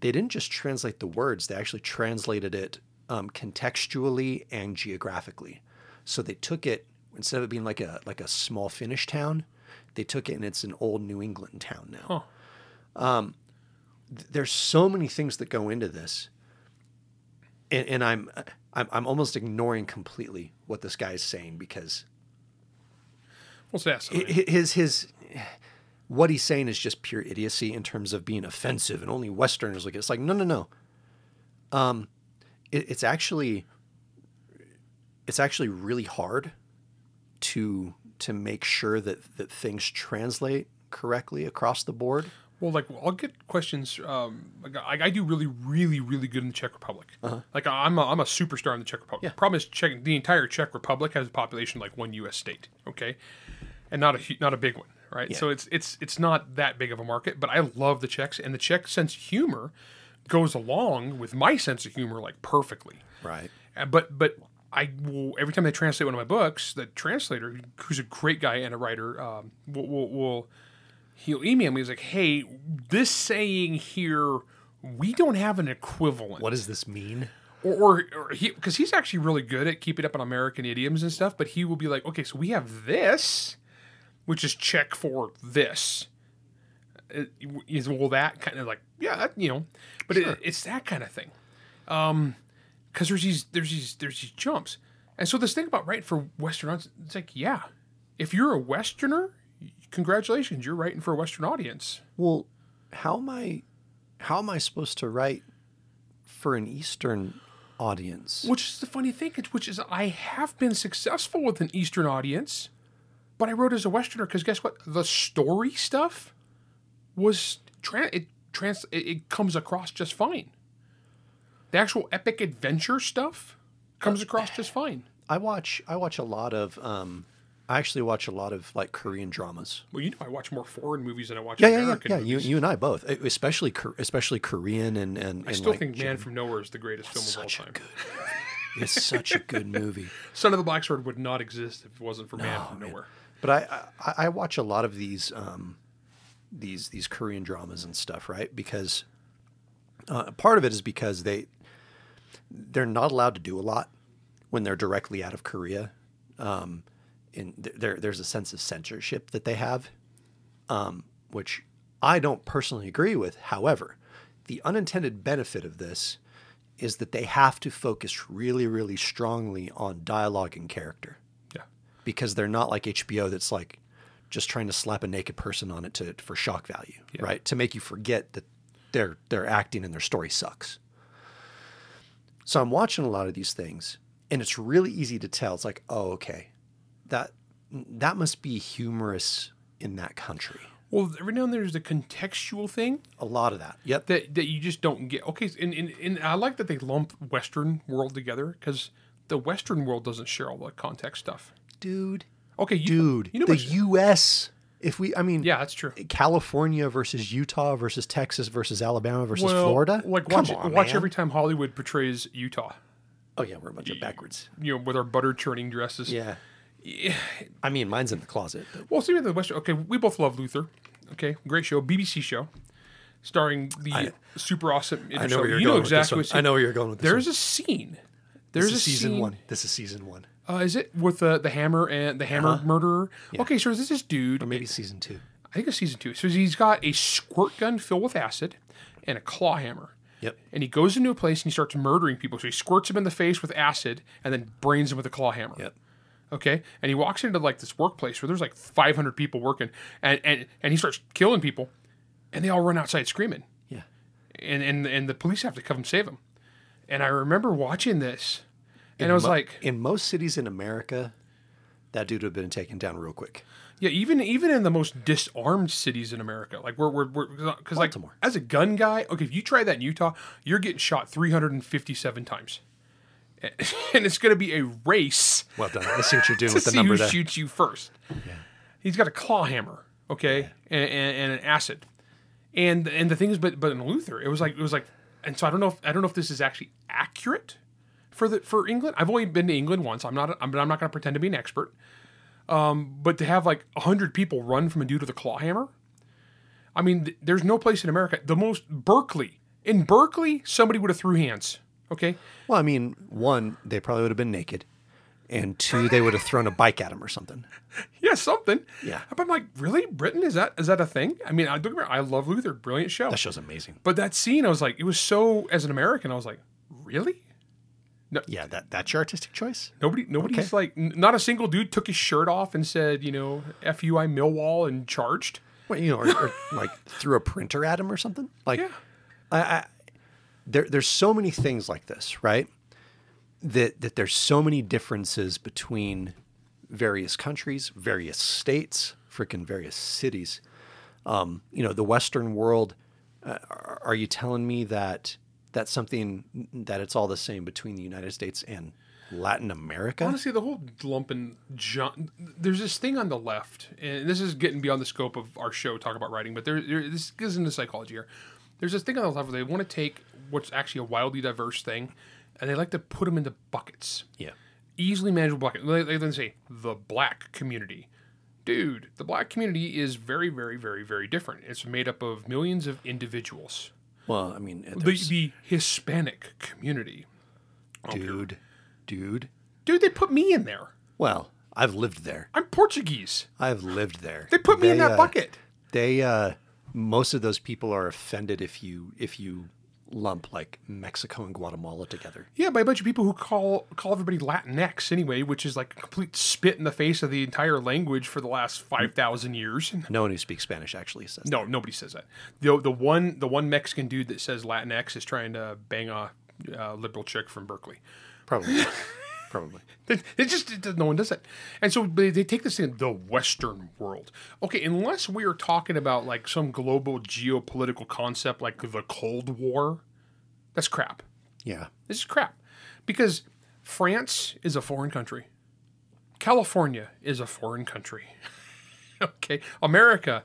they didn't just translate the words, they actually translated it um, contextually and geographically. So they took it instead of it being like a like a small Finnish town, they took it and it's an old New England town now. Um, th- there's so many things that go into this, and, and I'm, I'm I'm almost ignoring completely what this guy is saying because
What's that?
hi- hi- his his what he's saying is just pure idiocy in terms of being offensive and only Westerners look at it. It's like no no no. Um, it, it's actually it's actually really hard to to make sure that that things translate correctly across the board.
Well, like I'll get questions. Um, like I, I do really, really, really good in the Czech Republic.
Uh-huh.
Like I'm a, I'm a superstar in the Czech Republic. Problem is, Czech, the entire Czech Republic has a population like one U.S. state. Okay, and not a hu- not a big one, right? So it's it's it's not that big of a market. But I love the Czechs, and the Czech sense of humor goes along with my sense of humor like perfectly.
Right.
Uh, but but I will every time they translate one of my books, the translator, who's a great guy and a writer, um, will, will, will he'll email me. He's like, "Hey, this saying here, we don't have an equivalent."
What does this mean?
Or, or, or he because he's actually really good at keeping up on American idioms and stuff. But he will be like, "Okay, so we have this, which is check for this." Uh, Is well that kind of like yeah that, you know, but it, it's that kind of thing because there's these there's these there's these jumps and so this thing about right for western audience it's like yeah if you're a westerner congratulations you're writing for a western audience
Well, how am I how am I supposed to write for an Eastern audience?
which is the funny thing it's- which is i have been successful with an eastern audience but i wrote as a westerner because guess what the story stuff was tran it trans it, it comes across just fine the actual epic adventure stuff comes
Uh,
across just fine
I watch I watch a lot of um I actually watch a lot of like Korean dramas.
well you know i watch more foreign movies than i watch
Yeah, yeah, yeah,
american
yeah.
movies.
You, you and I both, E, especially Kor- especially Korean and and, and
I still
like,
think Man from Nowhere is the greatest film of all
such a
time.
good movie. It's such a good movie.
Son of the Black Sword would not exist if it wasn't for Man from Nowhere.
But I, I I watch a lot of these um these these Korean dramas and stuff, right? Because uh, part of it is because they they're not allowed to do a lot when they're directly out of Korea. Um, and th- there there's a sense of censorship that they have, um, which I don't personally agree with. However, the unintended benefit of this is that they have to focus really, really strongly on dialogue and character
Yeah.
because they're not like HBO that's like just trying to slap a naked person on it to for shock value, right? To make you forget that their their acting and their story sucks. So I'm watching a lot of these things and it's really easy to tell. It's like, "Oh, okay. That that must be humorous in that country."
Well, every now and then there's the contextual thing
A lot of that. Yep.
that, that you just don't get. Okay, and, and, and I like that they lump Western world together because the Western world doesn't share all the context stuff.
Dude.
Okay, you,
Dude.
you know
the
much-
US If we, I mean,
Yeah, that's true.
California versus Utah versus Texas versus Alabama versus
Well,
Florida.
Like
Come
watch
on,
watch
man.
every time Hollywood portrays Utah.
Oh yeah, we're a bunch of backwards.
You know, with our butter churning dresses.
Yeah. I mean, mine's in the closet. But
Well, see, the Western. Okay, we both love Luther. Okay, great show, BBC show, starring the super awesome.
I know
so
where you're
you
going
know
with this
exactly.
one.
what scene-
I know where you're going with this
There's a scene. There's
this is
a
season
scene-
one. This is season one,
Uh, is it with the the hammer and the hammer murderer? Okay, so this is this dude.
Uh-huh. or maybe season two.
I think it's season two. So he's got a squirt gun filled with acid and a claw hammer.
Yep.
And he goes into a place and he starts murdering people. So he squirts him in the face with acid and then brains him with a claw hammer.
Yep.
Okay. And he walks into like this workplace where there's like 500 people working and, and, and he starts killing people and they all run outside screaming.
Yeah.
And, and, and the police have to come and save him. And I remember watching this and I was
Mo-
like,
in most cities in America, that dude would have been taken down real quick.
Yeah, even even in the most disarmed cities in America, like we're we're because like
Baltimore.
as a gun guy, okay, if you try that in Utah, you're getting shot 357 times, and it's going to be a race
Well done. I see what you're doing
to
with the
see who
number there.
shoots you first. He's got a claw hammer, okay, and, and, and an acid, and and the thing is, but but in Luther, it was like it was like, and so I don't know if I don't know if this is actually accurate for the for England. I've only been to England once. I'm not I'm, I'm not going to pretend to be an expert, um, but to have like hundred people run from a dude with a claw hammer, I mean, th- there's no place in America. The most Berkeley in Berkeley, somebody would have threw hands. Okay,
Well, I mean, one, they probably would have been naked, and two, they would have thrown a bike at him or something.
yeah, something.
Yeah.
but I'm like, really, Britain is that is that a thing? I mean, I don't get me wrong, I love Luther, brilliant show.
That show's amazing.
But that scene, I was like, it was so as an American, I was like, really?
Yeah, that that's your artistic choice.
Nobody, nobody's like, n- not a single dude took his shirt off and said, you know, "F you, I Millwall," and charged.
Well, you know, or, or like threw a printer at him or something. Like,
Yeah.
I, I there there's so many things like this, right? That that there's so many differences between various countries, various states, freaking various cities. Um, you know, the Western world. Uh, are are you telling me that that's something that it's all the same between the United States and Latin America?
Honestly, the whole lumping John, there's this thing on the left, and this is getting beyond the scope of our show talk about writing, but there, there this goes into psychology here. There's this thing on the left where they want to take what's actually a wildly diverse thing, and they like to put them into buckets.
yeah.
easily manageable black. They, they then say the black community. Dude, the black community is very, very, very, very different. It's made up of millions of individuals.
Well, I mean,
The,
there's-
the Hispanic community.
dude, dude.
Dude, they put me in there.
Well, I've lived there.
I'm Portuguese.
I've lived there.
They put me in that
uh,
bucket.
They uh, most of those people are offended if you if you lump like Mexico and Guatemala together.
Yeah, by a bunch of people who call call everybody Latinx anyway, which is like a complete spit in the face of the entire language for the last five thousand years.
No one who speaks Spanish actually says
No, nobody says that. The the one the one Mexican dude that says Latinx is trying to bang a uh, liberal chick from Berkeley.
that. probably probably.
It, it just it, does- no one does that, and so they, they take this thing the Western world. Okay, unless we are talking about like some global geopolitical concept like the Cold War, that's crap.
Yeah,
This is crap because France is a foreign country. California is a foreign country. okay, America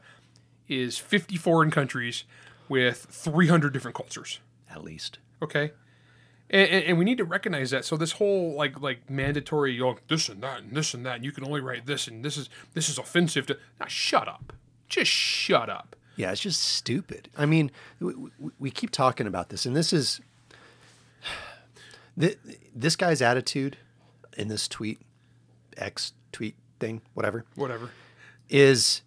is 50 foreign countries with 300 different cultures
at least.
okay and, and, and we need to recognize that so this whole like like mandatory you know, this and that and this and that and you can only write this and this is this is offensive to now shut up just shut up
Yeah, it's just stupid. I mean, we, we, we keep talking about this, and this is thi- this guy's attitude in this tweet, X tweet thing, whatever.
whatever
is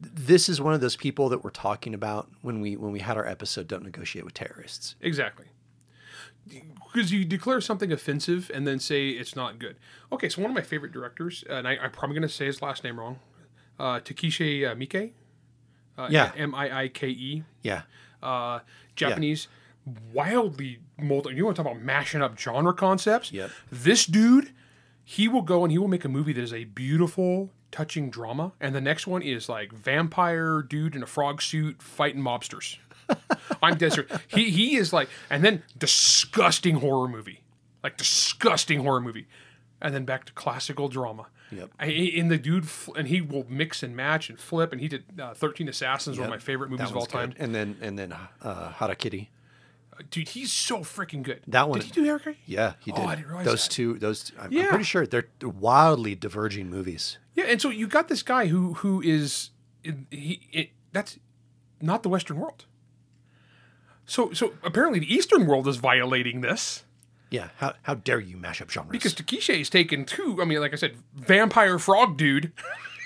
this is one of those people that we're talking about when we when we had our episode don't negotiate with terrorists
exactly because you declare something offensive and then say it's not good okay so one of my favorite directors and I, i'm probably going to say his last name wrong uh, takeshi uh, miike uh,
Yeah.
m-i-i-k-e
yeah
uh, Japanese, wildly multi. You want to talk about mashing up genre concepts?
Yep.
This dude, he will go and he will make a movie that is a beautiful, touching drama, and the next one is like vampire dude in a frog suit fighting mobsters. I'm dead serious. He he is like, and then disgusting horror movie, like disgusting horror movie. and then back to classical drama.
Yep.
I, and the dude, fl- and he will mix and match and flip. And he did uh, Thirteen Assassins, one of
Yep.
my favorite
That
movies of all
one's good.
time.
And then and then uh, Harakiri.
Dude, he's so freaking good.
That one-
Did he do Harakiri?
Yeah, he
Oh,
did.
I didn't realize
those
that.
two, those I'm, I'm
Yeah.
pretty sure they're wildly diverging movies.
Yeah, and so you got this guy who who is he it, that's not the Western world. So so apparently the Eastern world is violating this
Yeah, how, how dare you mash up genres?
because Takesha is taking two. I mean, like I said, vampire frog dude,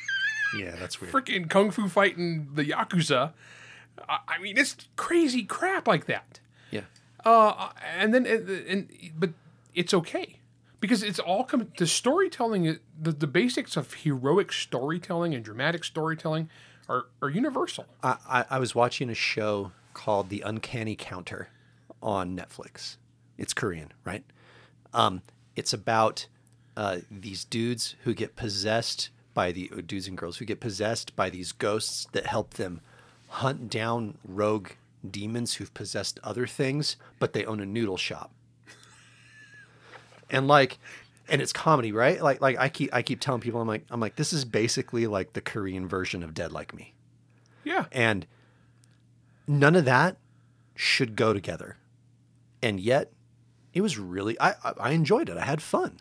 yeah, that's weird.
freaking kung fu fighting the yakuza. I, I mean, it's crazy crap like that.
yeah,
Uh, and then and, and but it's okay because it's all coming the storytelling the, the basics of heroic storytelling and dramatic storytelling are, are universal
I, I, I was watching a show called The Uncanny Counter on Netflix. It's Korean, right? Um, it's about uh, these dudes who get possessed by the uh, dudes and girls who get possessed by these ghosts that help them hunt down rogue demons who've possessed other things, but they own a noodle shop. and like, and it's comedy, right? Like, like I keep I keep telling people, I'm like, I'm like, this is basically like the Korean version of Dead Like Me.
yeah
And none of that should go together. And yet, it was really I I- I enjoyed it. I had fun.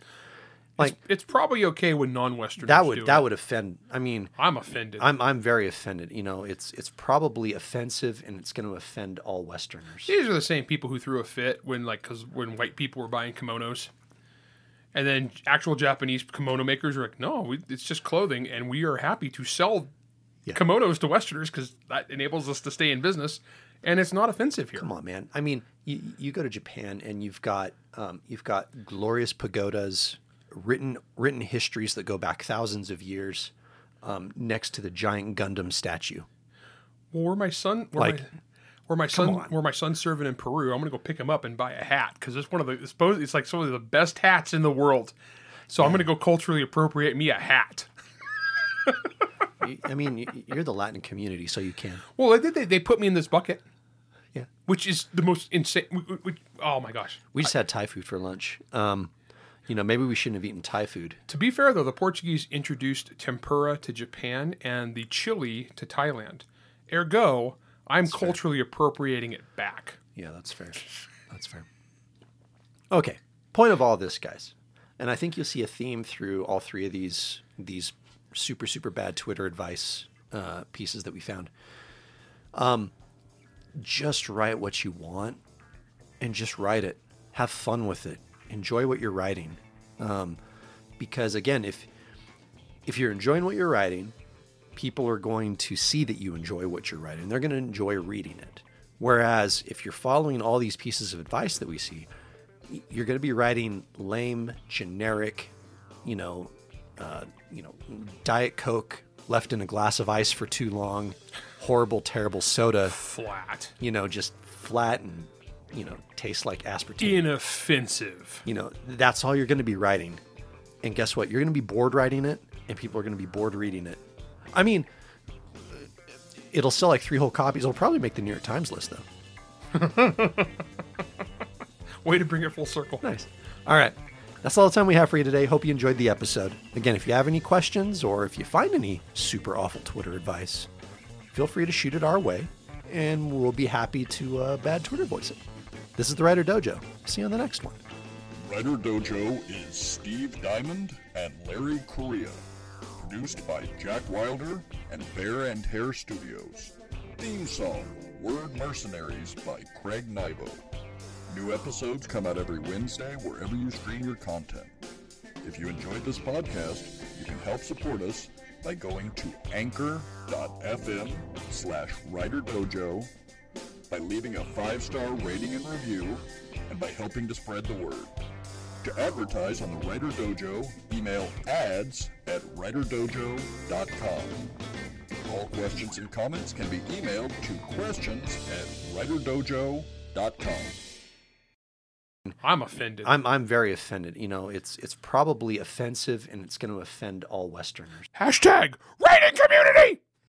Like
it's probably okay when non-westerners
that would
do
that
it.
would offend. I mean,
i'm offended
I'm I'm very offended. You know, it's it's probably offensive and it's going to offend all Westerners.
these are the same people who threw a fit when like because when white people were buying kimonos and then actual japanese kimono makers were like no we, it's just clothing and we are happy to sell
Yeah.
kimonos to westerners because that enables us to stay in business and it's not offensive here
Come on, man. I mean, you, you go to Japan and you've got um, you've got glorious pagodas, written written histories that go back thousands of years, um, next to the giant Gundam statue.
Well, where my son, where
Like,
my, where my son,
on.
where my son's serving in Peru, I'm gonna go pick him up and buy a hat because it's one of the it's, supposed, it's like some of the best hats in the world. So I'm gonna go culturally appropriate me a hat.
You- I mean, y- you're the Latin community, so you can.
Well, they, they, they put me in this bucket,
Yeah.
which is the most insane. Which, oh my gosh!
We just had Thai food for lunch. Um, you know, maybe we shouldn't have eaten Thai food.
To be fair though, the Portuguese introduced tempura to Japan and the chili to Thailand. Ergo, I'm culturally appropriating it back.
Yeah, that's fair. That's fair. Okay. Point of all this, guys, and I think you'll see a theme through all three of these these super super bad Twitter advice uh, pieces that we found. Um, just write what you want, and just write it. Have fun with it. Enjoy what you're writing, um, because again, if if you're enjoying what you're writing, people are going to see that you enjoy what you're writing. They're going to enjoy reading it. Whereas if you're following all these pieces of advice that we see, y- you're going to be writing lame, generic, you know, uh, you know, diet coke left in a glass of ice for too long, horrible, terrible soda,
Flat,
you know, just flat and you know, tastes like aspartame
inoffensive.
you know that's all you're going to be writing and guess what you're going to be bored writing it and people are going to be bored reading it i mean it'll sell like three whole copies it'll probably make the new york times list though
Way to bring it full circle.
Nice. All right. That's all the time we have for you today. Hope you enjoyed the episode. Again, if you have any questions or if you find any super awful Twitter advice, feel free to shoot it our way and we'll be happy to uh, bad Twitter voice it. This is The Writer Dojo. See you on the next one.
Writer Dojo is Steve Diamond and Larry Correa. Produced by Jack Wilder and Bear and Hair Studios. Theme song Word Mercenaries by Craig Nivo. New episodes come out every Wednesday wherever you stream your content. If you enjoyed this podcast, you can help support us by going to anchor.fm slash writer dojo, by leaving a five-star rating and review, and by helping to spread the word. To advertise on the Writer Dojo, email ads at writerdojo.com. All questions and comments can be emailed to questions at writerdojo.com.
I'm offended.
I'm, I'm very offended. You know, it's, it's probably offensive and it's going to offend all Westerners.
Hashtag writing community.